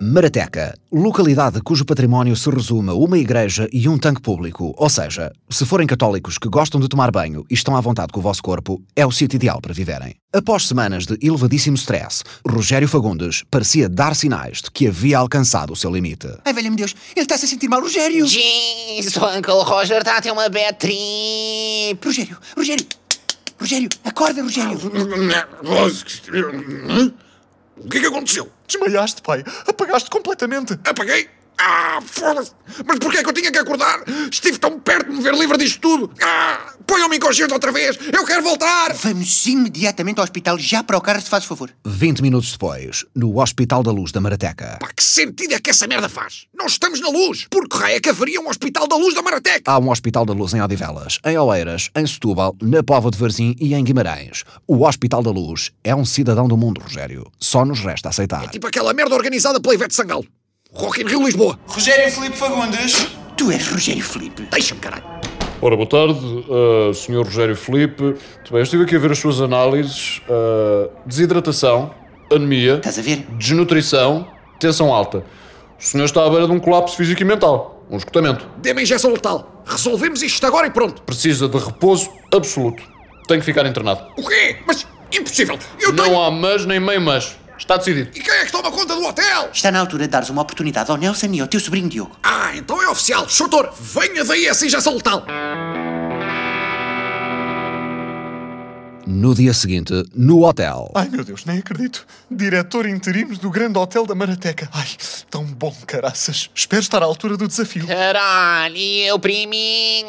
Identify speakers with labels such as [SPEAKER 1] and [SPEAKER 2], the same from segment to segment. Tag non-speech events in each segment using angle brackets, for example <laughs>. [SPEAKER 1] Marateca, localidade cujo património se resume a uma igreja e um tanque público. Ou seja, se forem católicos que gostam de tomar banho e estão à vontade com o vosso corpo, é o sítio ideal para viverem. Após semanas de elevadíssimo stress, Rogério Fagundes parecia dar sinais de que havia alcançado o seu limite.
[SPEAKER 2] Ai, velho-me Deus, ele está-se a sentir mal, Rogério!
[SPEAKER 3] Jeez, o Uncle Roger está a ter uma bad trip.
[SPEAKER 2] Rogério, Rogério! Rogério, acorda, Rogério!
[SPEAKER 4] Hum? O que é que aconteceu?
[SPEAKER 5] <gasps> Desmaiaste, pai. Apagaste completamente.
[SPEAKER 4] Apaguei? Ah, foda-se! Mas porquê é que eu tinha que acordar? Estive tão perto de me ver livre disto tudo! Ah, ponham-me inconsciente outra vez! Eu quero voltar!
[SPEAKER 2] Vamos imediatamente ao hospital, já para o carro, se faz o favor.
[SPEAKER 1] 20 minutos depois, no Hospital da Luz da Marateca.
[SPEAKER 4] Pá, que sentido é que essa merda faz? Nós estamos na luz! Por que raio é que haveria um hospital da luz da Marateca?
[SPEAKER 1] Há um Hospital da Luz em Odivelas, em Oeiras, em Setúbal, na Póvoa de Varzim e em Guimarães. O Hospital da Luz é um cidadão do mundo, Rogério. Só nos resta aceitar.
[SPEAKER 4] Tipo aquela merda organizada pela Ivete Sangalo. Rock in Rio Lisboa.
[SPEAKER 6] Rogério Filipe Fagundes.
[SPEAKER 2] Tu és Rogério Felipe.
[SPEAKER 4] Deixa-me, caralho.
[SPEAKER 7] Ora, boa tarde, uh, Sr. Rogério Felipe. Muito bem, estive aqui a ver as suas análises. ah, desidratação, anemia,
[SPEAKER 2] Estás a ver?
[SPEAKER 7] desnutrição, tensão alta. O senhor está à beira de um colapso físico e mental, um esgotamento.
[SPEAKER 4] Dê-me a injeção letal. Resolvemos isto agora e pronto.
[SPEAKER 7] Precisa de repouso absoluto. Tem que ficar internado.
[SPEAKER 4] O quê? Mas impossível! Eu tenho...
[SPEAKER 7] Não há mas nem meio mas. Está decidido.
[SPEAKER 4] E quem é que toma conta do hotel?
[SPEAKER 2] Está na altura de dares uma oportunidade ao Nelson e ao teu sobrinho Diogo.
[SPEAKER 4] Ah, então é oficial. Chutor, venha daí essa injeção letal.
[SPEAKER 1] No dia seguinte, no hotel.
[SPEAKER 5] Ai, meu Deus, nem acredito. Diretor interino do Grande Hotel da Marateca. Ai, tão bom, caraças. Espero estar à altura do
[SPEAKER 2] <laughs>
[SPEAKER 5] desafio.
[SPEAKER 3] Caralho, e eu priminho.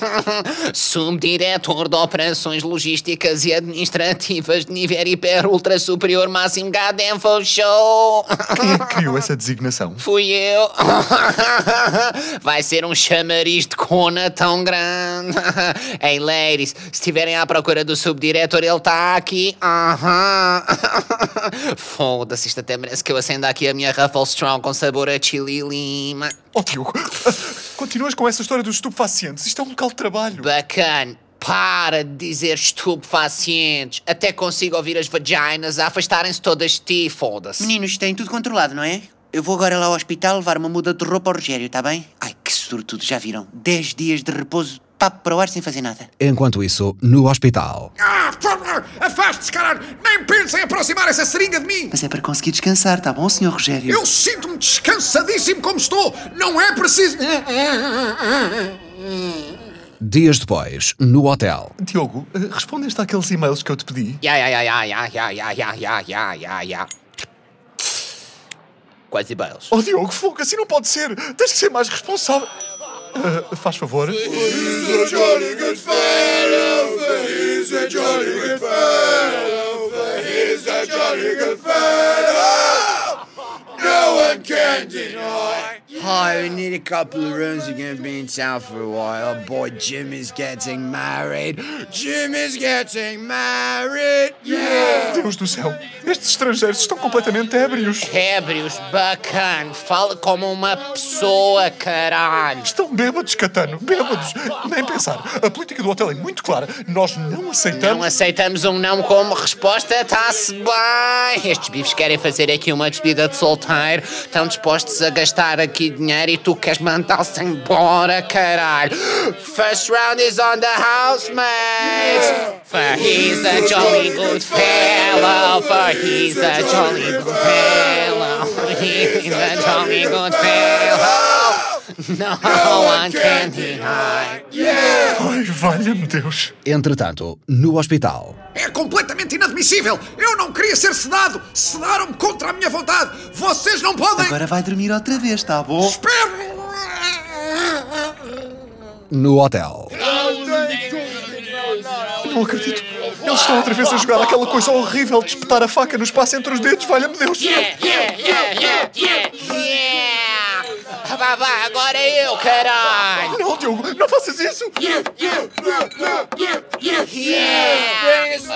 [SPEAKER 3] <laughs> Subdiretor de Operações Logísticas e Administrativas de nível hiper ultra superior máximo Gadenfo Show. <laughs>
[SPEAKER 5] Quem é que criou essa designação?
[SPEAKER 3] Fui eu. <laughs> Vai ser um chamariz de cona tão grande. <laughs> Ei, ladies, se estiverem à procura do subdiretor, ele está aqui. Aham. <laughs> Foda-se, isto até merece que eu acenda aqui a minha Ruffle Strong com sabor a chili e lima.
[SPEAKER 5] Oh, Diogo, <laughs> continuas com essa história dos estupefacientes. Isto é um local de trabalho.
[SPEAKER 3] Bacana. Para de dizer estupefacientes. Até consigo ouvir as vaginas a afastarem-se todas de ti, foda-se.
[SPEAKER 2] Meninos, têm tudo controlado, não é? Eu vou agora lá ao hospital levar uma muda de roupa ao Rogério, está bem? Ai, que sortudo, já viram? 10 dias de repouso, papo para o ar sem fazer nada.
[SPEAKER 1] Enquanto isso, no hospital.
[SPEAKER 4] Ah, afaste-se, caralho! Nem pensem em aproximar essa seringa de mim!
[SPEAKER 2] Mas é para conseguir descansar, está bom, senhor Rogério?
[SPEAKER 4] Eu sinto-me descansadíssimo como estou! Não é preciso... ah,
[SPEAKER 1] Dias depois, no hotel.
[SPEAKER 5] Diogo, eh, respondeste àqueles e-mails que eu te pedi?
[SPEAKER 3] Ya, ya, ya, ya, ya, ya, ya, ya, ya, ya, ya, ya. Quase bails.
[SPEAKER 5] Oh, Diogo, fogo, assim não pode ser. Tens que ser mais responsável. Ah, faz favor.
[SPEAKER 8] Hi, we need a couple of rooms. You're gonna be in town for a while. Boy, Jim is getting married. Jim is getting married. Yeah.
[SPEAKER 5] Deus do céu, estes estrangeiros estão completamente ébrios.
[SPEAKER 3] Ébrios, bacana. Fala como uma pessoa, caralho.
[SPEAKER 5] Estão bêbados, Catano, bêbados. Nem pensar. A política do hotel é muito clara. Nós não
[SPEAKER 3] Não
[SPEAKER 5] aceitamos.
[SPEAKER 3] aceitamos um não como resposta, está-se bem. Estes bifes querem fazer aqui uma despedida de solteiro, estão dispostos a gastar aqui dinheiro e tu queres mandá-los embora, caralho. First round is on the house, mate. For he's a jolly good fellow, for he's a jolly good fellow, he's a jolly good fellow. No one can deny.
[SPEAKER 5] Ai, valha-me Deus.
[SPEAKER 1] Entretanto, no hospital.
[SPEAKER 4] É completamente inadmissível! Eu não queria ser sedado! Sedaram-me contra a minha vontade! Vocês não podem... Ah,
[SPEAKER 2] Agora vai dormir outra vez, está bom?
[SPEAKER 4] Espero...
[SPEAKER 1] No hotel.
[SPEAKER 5] Não acredito. Eles estão outra vez a jogar aquela coisa horrível de espetar a faca no espaço entre os dedos. Valha-me Deus.
[SPEAKER 3] Yeah, yeah, yeah, yeah, yeah. vá, vá, agora é eu, caralho!
[SPEAKER 5] Não, Diogo, não faças isso!
[SPEAKER 3] Yeah!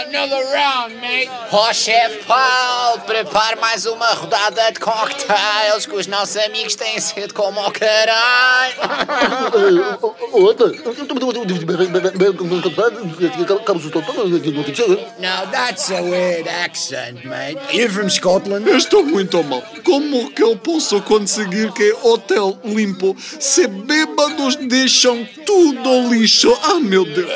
[SPEAKER 3] Another round, mate! Oh, chefe Paulo, prepare mais uma rodada de cocktails que os nossos amigos têm sido como o caralho!
[SPEAKER 8] Now that's a weird accent, mate. Are you from Scotland?
[SPEAKER 5] Eu estou muito mal. Como que eu posso conseguir que hotel limpo se bêbados deixam tudo lixo? Ah, meu Deus!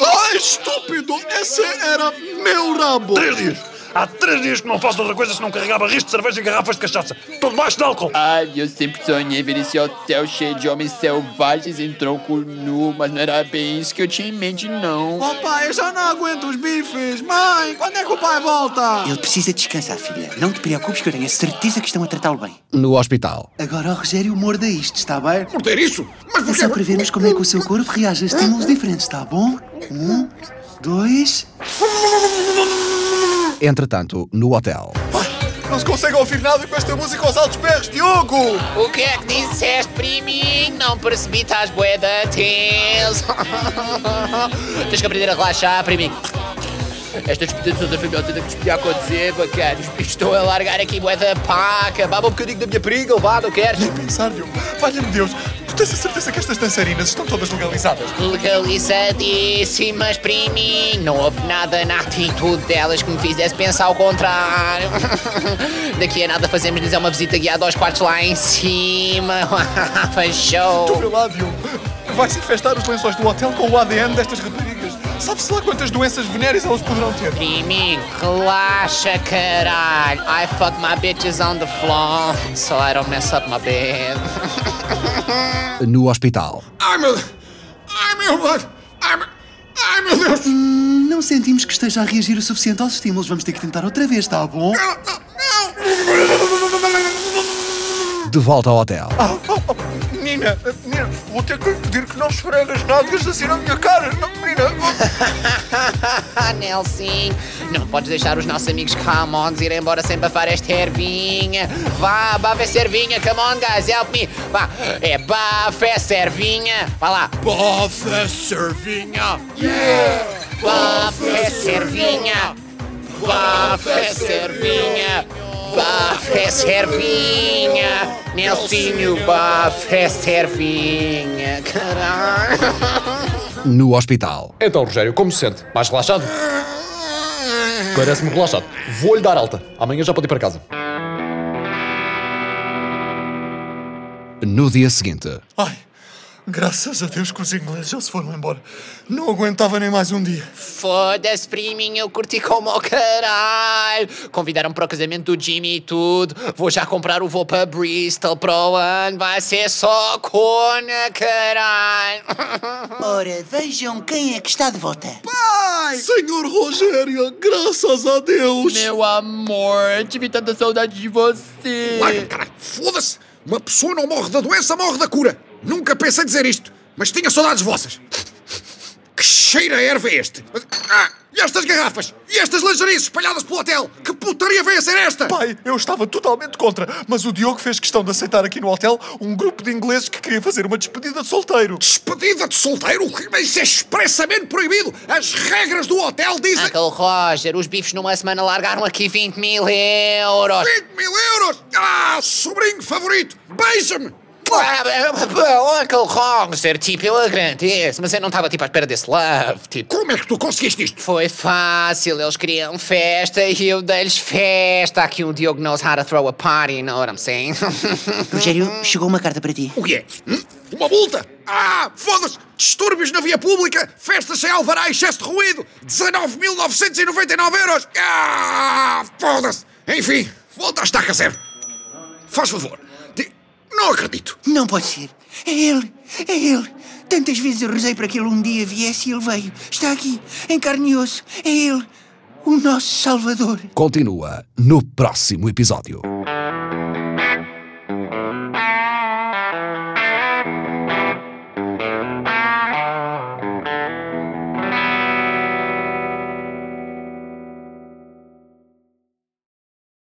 [SPEAKER 5] Ah, estúpido! Esse era meu rabo!
[SPEAKER 6] Três dias! Há três dias que não faço outra coisa senão carregar barris de cerveja e garrafas de cachaça. Estou debaixo de álcool.
[SPEAKER 9] Ai, eu sempre sonhei ver esse hotel cheio de homens selvagens em tronco nu, mas não era bem isso que eu tinha em mente, não.
[SPEAKER 5] Oh, pai, eu já não aguento os bifes! Mãe, quando é que o pai volta?
[SPEAKER 2] Ele precisa descansar, filha. Não te preocupes que eu tenho a certeza que estão a tratá-lo bem.
[SPEAKER 1] No hospital,
[SPEAKER 2] Agora o Rogério morda isto, está bem?
[SPEAKER 4] Morder isso? Mas
[SPEAKER 2] É
[SPEAKER 4] porquê?
[SPEAKER 2] só para vermos como é que o seu corpo reage a estímulos diferentes, está bom? Um, dois...
[SPEAKER 1] entretanto, no hotel.
[SPEAKER 5] Não se consegue ouvir nada com esta música aos altos berros, Diogo!
[SPEAKER 3] O que é que disseste, priminho? Não percebi, estás boeda tenso. <laughs> Tens que aprender a relaxar, priminho.
[SPEAKER 9] Esta expedição da família tem que despiar com a dezeba, cara.
[SPEAKER 3] Estou é, a largar aqui boeda paca. Baba um bocadinho da minha periga, levado, não queres?
[SPEAKER 5] Pensar, Diogo, valha-me Deus, tu tens a certeza que estas dançarinas estão todas legalizadas?
[SPEAKER 3] Legalizadíssimas, priminho. Não houve nada na atitude delas que me fizesse pensar ao contrário. <laughs> Daqui a nada fazemos-lhes uma visita guiada aos quartos lá em cima. <laughs> Faz
[SPEAKER 5] Tu
[SPEAKER 3] show.
[SPEAKER 5] vê lá, Diogo, vais infestar os lençóis do hotel com o ADN destas raparigas. Sabe-se lá quantas doenças venéreas elas poderão ter?
[SPEAKER 3] Priminho, relaxa, caralho. I fuck my bitches on the floor, so I don't mess up my bed.
[SPEAKER 1] No hospital.
[SPEAKER 4] Ai, meu Deus! Ai, meu Deus! Ai, meu- Ai, meu Deus!
[SPEAKER 2] Não sentimos que esteja a reagir o suficiente aos estímulos. Vamos ter que tentar outra vez, está bom?
[SPEAKER 4] Não, não, não!
[SPEAKER 1] De volta ao hotel.
[SPEAKER 5] Ah, oh, oh, menina, eh, menina, vou ter que lhe pedir que não esfregue as nádegas assim na minha cara. Não, menina,
[SPEAKER 3] Ah, Nelson, não podes deixar os nossos amigos come on ir embora sem bafar esta ervinha. Vá, bafa essa ervinha, come on guys, help me. Vá, é bafa essa ervinha. Vá lá.
[SPEAKER 8] Boffa Servinha.
[SPEAKER 3] Bafa essa ervinha. Bafa essa ervinha. Bafa essa ervinha. Nelsinho, bafa essa ervinha. Caralho.
[SPEAKER 1] No hospital.
[SPEAKER 7] Então, Rogério, como se sente? Mais relaxado? Parece-me relaxado. Vou-lhe dar alta. Amanhã já pode ir para casa.
[SPEAKER 1] No dia seguinte.
[SPEAKER 5] Ai, graças a Deus que os ingleses já se foram embora. Não aguentava nem mais um dia.
[SPEAKER 3] Foda-se, priminho, eu curti como o caralho. Convidaram-me para o casamento do Jimmy e tudo. Vou já comprar o voo para Bristol para o ano. Vai ser só cona, caralho. <laughs>
[SPEAKER 2] Ora, vejam quem é que está de volta.
[SPEAKER 5] Senhor Rogério, graças a Deus.
[SPEAKER 9] Meu amor, tive tanta saudade de você.
[SPEAKER 4] Larga-me, caralho! Foda-se! Uma pessoa não morre da doença, morre da cura! Nunca pensei dizer isto, mas tinha saudades vossas! Que cheiro a erva é este? Mas- Ah, e estas garrafas? E estas lingeries espalhadas pelo hotel? Que putaria veio a ser esta?
[SPEAKER 5] Pai, eu estava totalmente contra, mas o Diogo fez questão de aceitar aqui no hotel um grupo de ingleses que queria fazer uma despedida de solteiro.
[SPEAKER 4] Despedida de solteiro? Mas isso é expressamente proibido! As regras do hotel dizem...
[SPEAKER 3] Uncle Ah, Roger, os bifes numa semana largaram aqui 20 mil euros. <laughs>
[SPEAKER 4] 20 mil euros! Ah, sobrinho favorito! Beija-me!
[SPEAKER 3] Uncle Ah, Roger, tipo, eu agradeço, mas eu não estava tipo à espera desse love, tipo.
[SPEAKER 4] Como é que tu conseguiste isto?
[SPEAKER 3] Foi fácil, eles queriam festa e eu dei-lhes festa. Aqui um Diogo knows how to throw a party, you know what I'm saying? <laughs>
[SPEAKER 2] Rogério, chegou uma carta para ti.
[SPEAKER 4] O que é? Hum? Uma multa? Ah, foda-se! Distúrbios na via pública, festas sem alvará e excesso de ruído, 19.999 euros! Ah, foda-se! Enfim, volta à estaca zero. Faz favor. Di- Não acredito.
[SPEAKER 2] Não pode ser. É ele. É ele. Tantas vezes eu rezei para que ele um dia viesse e ele veio. Está aqui, em carne e osso. É ele. O nosso Salvador.
[SPEAKER 1] Continua no próximo episódio.